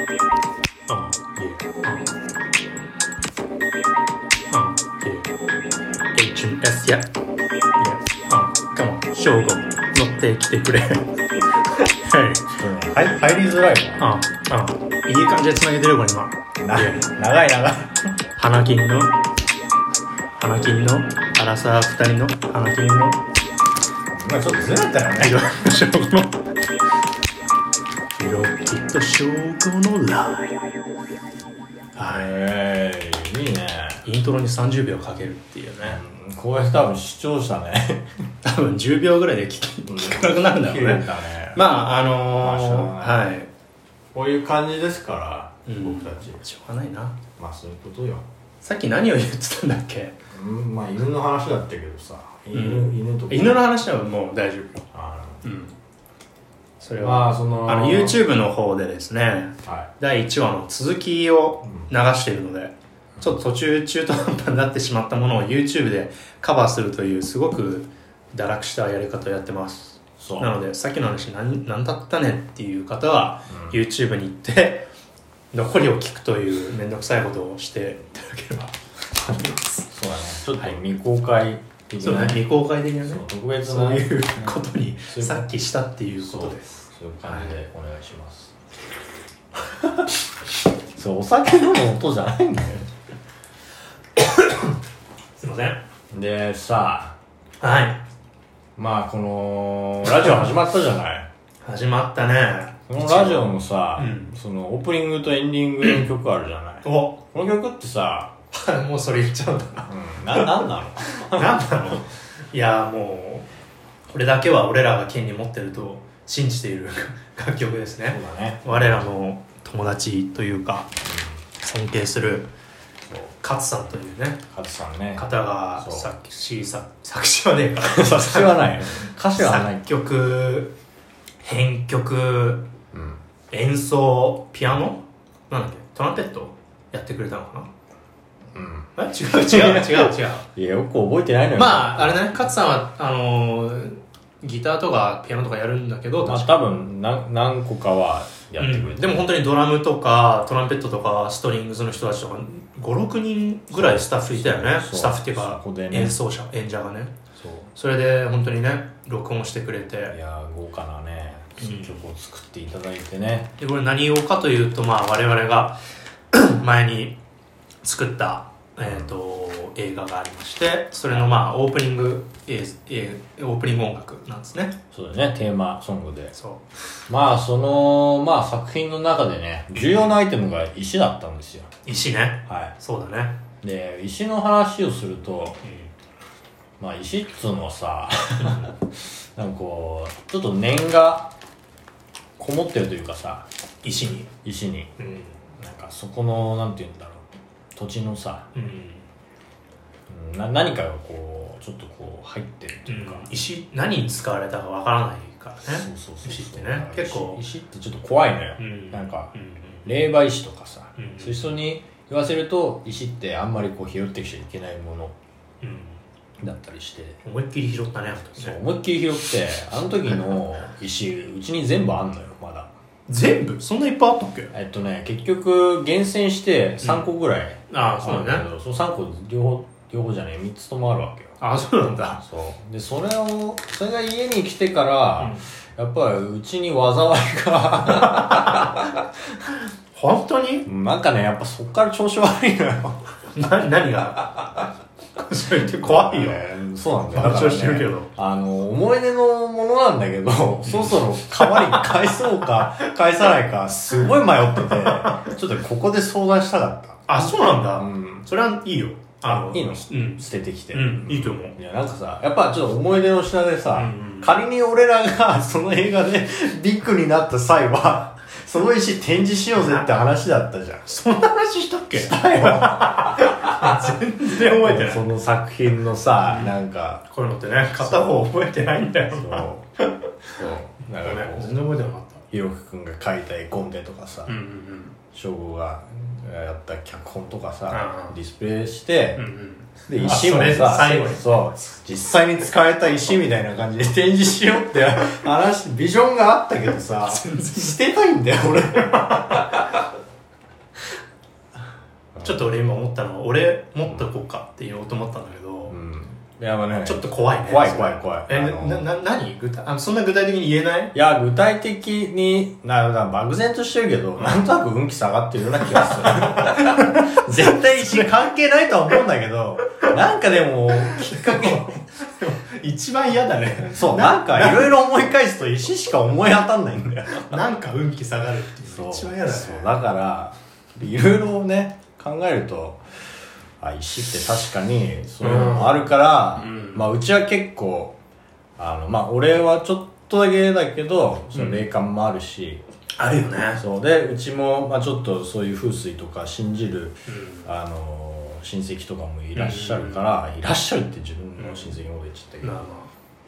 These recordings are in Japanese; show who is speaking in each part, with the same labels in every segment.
Speaker 1: Oh yeah. Oh. Oh yeah. H and S yeah. Yeah. Oh come on. 正吾乗ってきてくれ。はい。
Speaker 2: はい、入りづらいな。
Speaker 1: ああいい感じで繋げてるよ今。
Speaker 2: な
Speaker 1: Yeah.
Speaker 2: 長い長い。
Speaker 1: 花金の花金の荒沢二人の花金の
Speaker 2: まあちょっとずれたよね。
Speaker 1: 証拠のロケット証拠のライ
Speaker 2: はい。いいね。
Speaker 1: ンイントロに30秒かけるっていうね
Speaker 2: うんこういう人多分視聴者ね。
Speaker 1: 多分10秒ぐらいで聞き聞かなくなるんだろ
Speaker 2: 切
Speaker 1: う
Speaker 2: れ
Speaker 1: ね
Speaker 2: たね。
Speaker 1: まああのー
Speaker 2: まあしょうが
Speaker 1: はい
Speaker 2: こういう感じですから、
Speaker 1: うん
Speaker 2: 僕たち。
Speaker 1: しょうがないな
Speaker 2: まあそういうことよ。
Speaker 1: さっき何を言ってたんだっけ
Speaker 2: うん、まあ犬の話だったけどさ。犬、
Speaker 1: うん
Speaker 2: 犬とか。
Speaker 1: 犬の話はもう大丈夫
Speaker 2: あ
Speaker 1: うんそれ
Speaker 2: の。
Speaker 1: は、
Speaker 2: まあその。
Speaker 1: あの YouTube の方でですね
Speaker 2: は
Speaker 1: 第1話の続きを流しているので、ちょっと途中中途半端になってしまったものを YouTube でカバーするというすごく堕落したやり方をやってます
Speaker 2: い。そう。
Speaker 1: なのでさっきの話何何だったねっていう方は
Speaker 2: うん
Speaker 1: YouTube に行って 残りを聞くという面倒くさいことをしていただければ
Speaker 2: そうだね。ちょっと未公開的
Speaker 1: そう
Speaker 2: な
Speaker 1: ね
Speaker 2: ね。
Speaker 1: 未公開的な
Speaker 2: そう
Speaker 1: ね
Speaker 2: 特別な。
Speaker 1: そういうことに
Speaker 2: うん
Speaker 1: さっきしたっていうことです
Speaker 2: そういう感じでお願いします。 そう、お酒飲む音じゃないんだよ。
Speaker 1: すいません
Speaker 2: で、さ
Speaker 1: はい
Speaker 2: まあこの、ラジオ始まったじ ゃない。
Speaker 1: 始まったね
Speaker 2: このラジオのさ、
Speaker 1: うん
Speaker 2: そのオープニングとエンディングの曲あるじゃない。
Speaker 1: お
Speaker 2: この曲ってさ、
Speaker 1: もうそれ言っちゃうんだ
Speaker 2: うん、な、なんなの
Speaker 1: なんだろういやもうこれだけは俺らが権利持ってると信じている 楽曲です
Speaker 2: そう
Speaker 1: ね
Speaker 2: だね。
Speaker 1: 我らの友達というか尊敬する勝さんというね
Speaker 2: カツさんね。
Speaker 1: 方が
Speaker 2: そう
Speaker 1: 作詞作作詞はねえか
Speaker 2: 作詞は ない。歌詞はない
Speaker 1: 作。曲編曲
Speaker 2: うん。
Speaker 1: 演奏ピアノなんだっけトランペットやってくれたのか
Speaker 2: うん。
Speaker 1: なえ違う違う違う違う
Speaker 2: いや、よく覚えてないのよ。
Speaker 1: まあ、あれね、勝さんは、あのーギターとかピアノとかやるんだけど、
Speaker 2: まあ
Speaker 1: 確か
Speaker 2: 多分何何個かはやってくれ
Speaker 1: うん
Speaker 2: て
Speaker 1: でも本当にドラムとか、トランペットとか、ストリングスの人たちとか、5、6人ぐらいスタッフいたよね。
Speaker 2: そう
Speaker 1: スタッフっていうか
Speaker 2: そこで、ね
Speaker 1: 演奏者、演者がね。
Speaker 2: そう
Speaker 1: それで、本当にね、録音してくれ
Speaker 2: い
Speaker 1: て。
Speaker 2: やー豪華なね
Speaker 1: うん
Speaker 2: 曲を作っていただいてね、
Speaker 1: で、これ何をかというと、まあ、我々が 前に作った、えっ、と、映画がありまして、それのまあ、オープニング、えーえーオープニング音楽なんですね。
Speaker 2: そうだねテーマソングで
Speaker 1: そう。
Speaker 2: まあそのまあ作品の中でね重要なアイテムが石だったんですよ
Speaker 1: 石ね。
Speaker 2: は
Speaker 1: そうだね。
Speaker 2: いで石の話をするとまあ石っつうのはさ なんかこうちょっと念がこもってるというかさ
Speaker 1: 石に。
Speaker 2: 石に
Speaker 1: うん。
Speaker 2: なんかそこのなんて言うんだろう土地のさ
Speaker 1: うん。
Speaker 2: うんな何かがこうちょっとこう入ってるというか、
Speaker 1: 石、何に使われたかわからないからね。
Speaker 2: そうそうそう
Speaker 1: 石ってね結構
Speaker 2: 石石ってちょっと怖いのよ、
Speaker 1: うん
Speaker 2: なんか
Speaker 1: うんうん
Speaker 2: 霊媒師とかさ、
Speaker 1: うん
Speaker 2: そういう人に言わせると石ってあんまりこう拾ってきちゃいけないもの
Speaker 1: うん。
Speaker 2: だったりして、
Speaker 1: 思いっきり拾ったね、あの時
Speaker 2: そう
Speaker 1: ね。
Speaker 2: 思いっきり拾ってあの時 の石うちに全部あんのよまだ
Speaker 1: 全部そんないっぱいあったっけ
Speaker 2: えっとね結局厳選して3個ぐらい
Speaker 1: ああ、
Speaker 2: あ
Speaker 1: そう
Speaker 2: るんだ
Speaker 1: だ
Speaker 2: け
Speaker 1: ね。
Speaker 2: ど、その3個両方両方じゃない3つともあるわけよ
Speaker 1: ああ、そうなんだ。
Speaker 2: そうでそれをそれが家に来てから
Speaker 1: うん、
Speaker 2: やっぱりうちに災いが
Speaker 1: 本当に
Speaker 2: なんかね、やっぱそっから調子悪いのよ。
Speaker 1: な、何が それって怖いよ。
Speaker 2: ねそうなんだよ。
Speaker 1: 爆笑
Speaker 2: だからね
Speaker 1: してるけど
Speaker 2: あの、思い出のものなんだけ ど、そろそろ川に返そうか、返さないか、すごい迷ってて、ちょっとここで相談したかっ
Speaker 1: あ、そうなん
Speaker 2: た。
Speaker 1: だ。
Speaker 2: ん。
Speaker 1: それはいいよ。あの、
Speaker 2: いいの
Speaker 1: うん。
Speaker 2: 捨ててきて。
Speaker 1: うん、いいと思う。
Speaker 2: いや、なんかさ、やっぱちょっと思い出の品でさ、
Speaker 1: うんうん
Speaker 2: 仮に俺らが その映画でビッグになった際は、その石展示しようぜって話だっ たじゃん。
Speaker 1: そんな話したっけ
Speaker 2: だよ。
Speaker 1: 全然覚えてない
Speaker 2: そ。の作品のさ、なんか、
Speaker 1: こういうのってね、片方覚えてないんだよ
Speaker 2: そう。
Speaker 1: な。
Speaker 2: そう。なんか
Speaker 1: 全
Speaker 2: こ
Speaker 1: 然覚えてなかっ
Speaker 2: う、ひろきくんが書いた絵コンテとかさ
Speaker 1: た。う、んうん
Speaker 2: 翔吾がやった脚本とか
Speaker 1: う
Speaker 2: さ
Speaker 1: ん、
Speaker 2: ディスプレイして
Speaker 1: うん。う、んうん。
Speaker 2: で、
Speaker 1: あ
Speaker 2: 石も
Speaker 1: それ
Speaker 2: さ、
Speaker 1: 最後に
Speaker 2: そう、実際に使えた石みたいな感じで展示しよう って話、ビジョンがあったけどさ、捨てたいんだよ、俺。
Speaker 1: ちょっと俺今思ったのは俺持っとこうかって言おうと思ったんだけど、
Speaker 2: うんやばね
Speaker 1: ちょっと怖いね
Speaker 2: 怖い怖い怖い
Speaker 1: え
Speaker 2: あの
Speaker 1: なな何具体あそんな具体的に言えない
Speaker 2: いや、具体的に、な、な漠然としてるけど、なんとなく運気下がってるような気 がする。絶対石関係ないとは思うんだけど、なんかでも、きっかけ、
Speaker 1: 一番嫌だ ね
Speaker 2: そう、なんかいろいろ思い返すと石しか思い当たんないんだよ。
Speaker 1: なんか運気下がるっていうの
Speaker 2: そう。
Speaker 1: が一番嫌だね
Speaker 2: そう、だから、いろいろね、考えると、あ、石って確かに、そういうのもあるから、
Speaker 1: うん
Speaker 2: まあ、うちは結構、あの、まあ、俺はちょっとだけだけど、その霊感もあるし、
Speaker 1: あるよね
Speaker 2: そうでうちも、まあ、ちょっとそういう風水とか信じる、
Speaker 1: うん
Speaker 2: あのー親戚とかもいらっしゃるから、いらっしゃるって自分の親戚のこと言っちゃったけど、
Speaker 1: まあま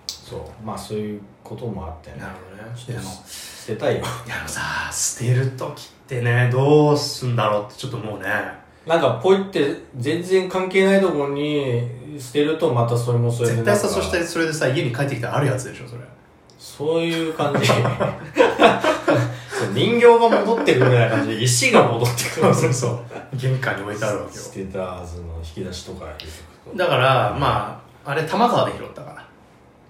Speaker 2: そうまあそういうこともあって
Speaker 1: あ
Speaker 2: ね
Speaker 1: なるほどね
Speaker 2: ち
Speaker 1: で
Speaker 2: ょっ
Speaker 1: も
Speaker 2: と捨てたいよ
Speaker 1: いやでもさ捨てる時ってねどうすんだろうってちょっともうね
Speaker 2: なんかポイって全然関係ないとこに捨てるとまたそれもそれで
Speaker 1: 絶対さ
Speaker 2: なんか
Speaker 1: そしてそれでさ家に帰ってきたらあるやつでしょそれ
Speaker 2: そういう感 じそう人形が戻ってくるみたいな感じで石が戻ってくる
Speaker 1: そうそう玄関に置いてあるわけよ
Speaker 2: 捨てたはずの引き出しとか入れてく と
Speaker 1: だからまああれ玉川で拾ったから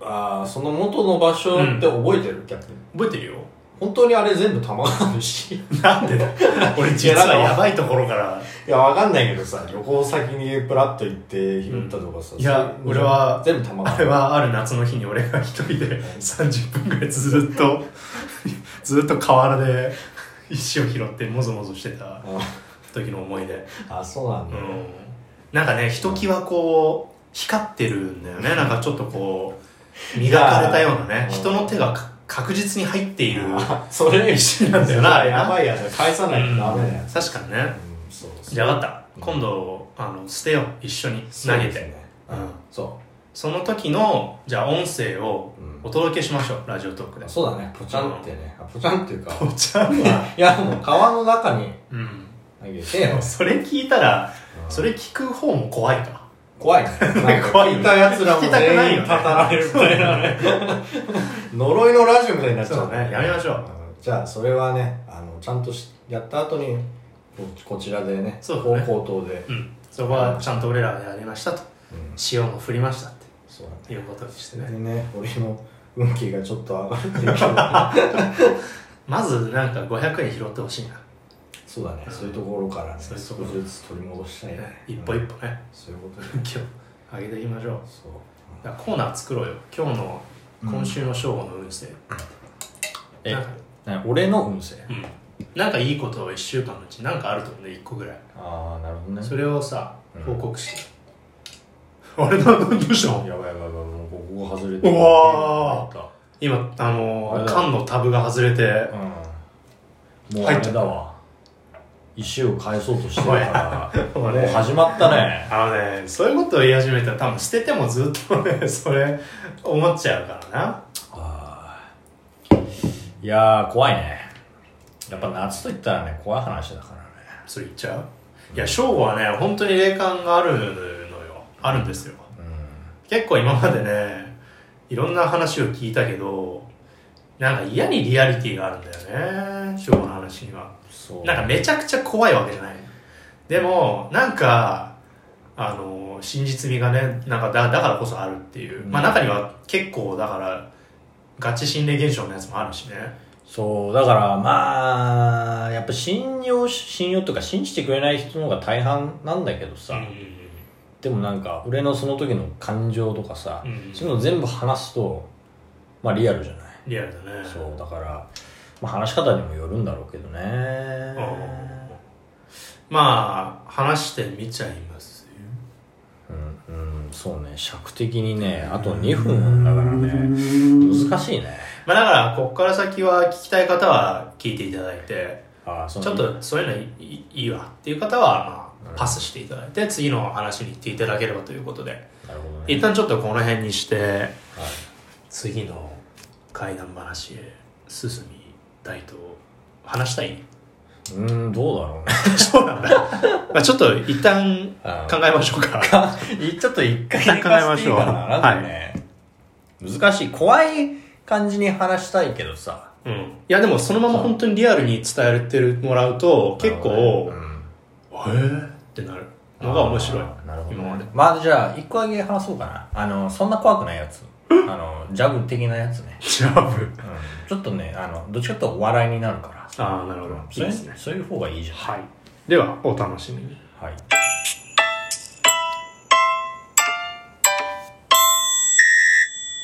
Speaker 2: ああその元の場所って覚えてる、逆に
Speaker 1: 覚えて るよ
Speaker 2: 本当にあれ全部玉川のしい
Speaker 1: なんでだよ俺実はやばいところから
Speaker 2: やわかんないけどさ旅行先にプラッと行って拾ったとかさ、
Speaker 1: うんいや俺は
Speaker 2: 全部玉川
Speaker 1: あれはある夏の日に俺が一人で30分ぐらいずっとずっと河原で石を拾ってもぞもぞしてた時の思い出
Speaker 2: ああそうなん
Speaker 1: う
Speaker 2: だ、
Speaker 1: んなんかねひときわこう光ってるんだよねなんかちょっとこう磨かれたようなね
Speaker 2: うん
Speaker 1: 人の手がか確実に入っている
Speaker 2: あそれ
Speaker 1: 石なんだよなあれな
Speaker 2: やばいやつ返さないとダメだよ、
Speaker 1: うん確かにね
Speaker 2: うんそう
Speaker 1: じゃあ分かった今度あの捨てよう一緒に投げてそ,、
Speaker 2: う
Speaker 1: うんん
Speaker 2: そ
Speaker 1: の時のじゃあ音声をお届けしましょう、ラジオトークで
Speaker 2: うそうだねポチャンってね、あポチャンっていうか
Speaker 1: お茶ね
Speaker 2: いやもう川の中に
Speaker 1: うん
Speaker 2: 投げて
Speaker 1: それ聞いたら
Speaker 2: うん
Speaker 1: それ聞く方も怖いか
Speaker 2: 怖いね。なんか
Speaker 1: 怖い
Speaker 2: 聞いた奴らも
Speaker 1: 聞きたくない
Speaker 2: 全員
Speaker 1: よね
Speaker 2: 語られるみたいな ね。呪いのラジオみたいになっちゃう
Speaker 1: そうねやめましょう。
Speaker 2: じゃあ、それはね、あの、ちゃんとしやった後に、ここちらでね、
Speaker 1: そう
Speaker 2: 高
Speaker 1: だね
Speaker 2: 口頭で。
Speaker 1: うんそこはちゃんと俺らがやりましたと
Speaker 2: うん
Speaker 1: 塩も振りましたっ
Speaker 2: そうだね
Speaker 1: ていうことにして
Speaker 2: それ
Speaker 1: ね
Speaker 2: でね、俺の運気がちょっと上がるって いうけど
Speaker 1: まずなんか500円拾ってほしいな、
Speaker 2: そうだね、そういうところからね、
Speaker 1: そうい
Speaker 2: 少
Speaker 1: う
Speaker 2: し
Speaker 1: ところ
Speaker 2: ずつ取り戻したいね。
Speaker 1: 一歩
Speaker 2: うん
Speaker 1: 一歩ね
Speaker 2: そういうことで。
Speaker 1: 今日上げていきましょう
Speaker 2: そう。
Speaker 1: だからコーナー作ろうよ今日の今週の正午の運勢、
Speaker 2: え
Speaker 1: なんか、
Speaker 2: 俺の運勢。
Speaker 1: うん、なんかいいことを1週間のうちなんかあると思うんで1個ぐらい
Speaker 2: ああ、なるほどね。
Speaker 1: それをさ
Speaker 2: うん
Speaker 1: 報告して、 あれなどうしたの
Speaker 2: やばいやばいやばい、もうここが外れて
Speaker 1: うわ
Speaker 2: ー
Speaker 1: 今あの
Speaker 2: あ
Speaker 1: ー
Speaker 2: れだ
Speaker 1: 缶のタブが外れて
Speaker 2: うんもうあれだわ石を返 そうとしてるから
Speaker 1: おい
Speaker 2: もう始まったね
Speaker 1: あのねそういうことを言い始めたら多分捨ててもずっとね それ思っちゃうからな
Speaker 2: あーいやー怖いねやっぱ夏といったらね怖い話だからね
Speaker 1: それ言っちゃういや正午はね本当に霊感があるのよあるんですよ
Speaker 2: うん
Speaker 1: 結構今までねいろんな話を聞いたけどなんか嫌にリアリティがあるんだよね正午の話には
Speaker 2: そう
Speaker 1: なんかめちゃくちゃ怖いわけじゃないでもなんかあの真実味がねなんかだだからこそあるっていう、まあ中には結構だからガチ心霊現象のやつもあるしね
Speaker 2: そうだからまあやっぱ信用し信用とか信じてくれない人の方が大半なんだけどさ、でもなんか俺のその時の感情とかさ、
Speaker 1: うん
Speaker 2: そういうの全部話すとまあリアルじゃない
Speaker 1: リアルだね
Speaker 2: そうだから、まあ、話し方にもよるんだろうけどね
Speaker 1: うんまあ話してみちゃいますよ
Speaker 2: うん、うん、そうね尺的にねあと2分だからね難しいね
Speaker 1: まあだからここから先は聞きたい方は聞いていただいて
Speaker 2: あーその
Speaker 1: ちょっとそういうのいいいいわっていう方はまあパスしていただいて次の話に行っていただければということで
Speaker 2: なるほどね
Speaker 1: 一旦ちょっとこの辺にして
Speaker 2: はい
Speaker 1: 次の怪談話へ進みたいと話したい
Speaker 2: うーんどうだろうね
Speaker 1: そうなんだ、まあ、ちょっと一旦
Speaker 2: あ
Speaker 1: 考えましょうか
Speaker 2: いちょっと一回
Speaker 1: 一旦考えましょう
Speaker 2: 寝かせていいかななんかね、難しい怖い感じに話したいけどさ
Speaker 1: うんいやでもそのまま本当にリアルに伝えてもらうと結構
Speaker 2: うん
Speaker 1: 「えー?」っってなるのが面白い
Speaker 2: あーなるほど
Speaker 1: 今まで
Speaker 2: ねまあじゃあ一個だけ話そうかなあのそんな怖くない やつあのジャブ的なやつね、
Speaker 1: ジャブ
Speaker 2: うん、ちょっとねあのどっちかというとお笑いになるから
Speaker 1: ああなるほど
Speaker 2: うん
Speaker 1: いいですね
Speaker 2: そういうそういう方がいいじゃん
Speaker 1: はいではお楽しみに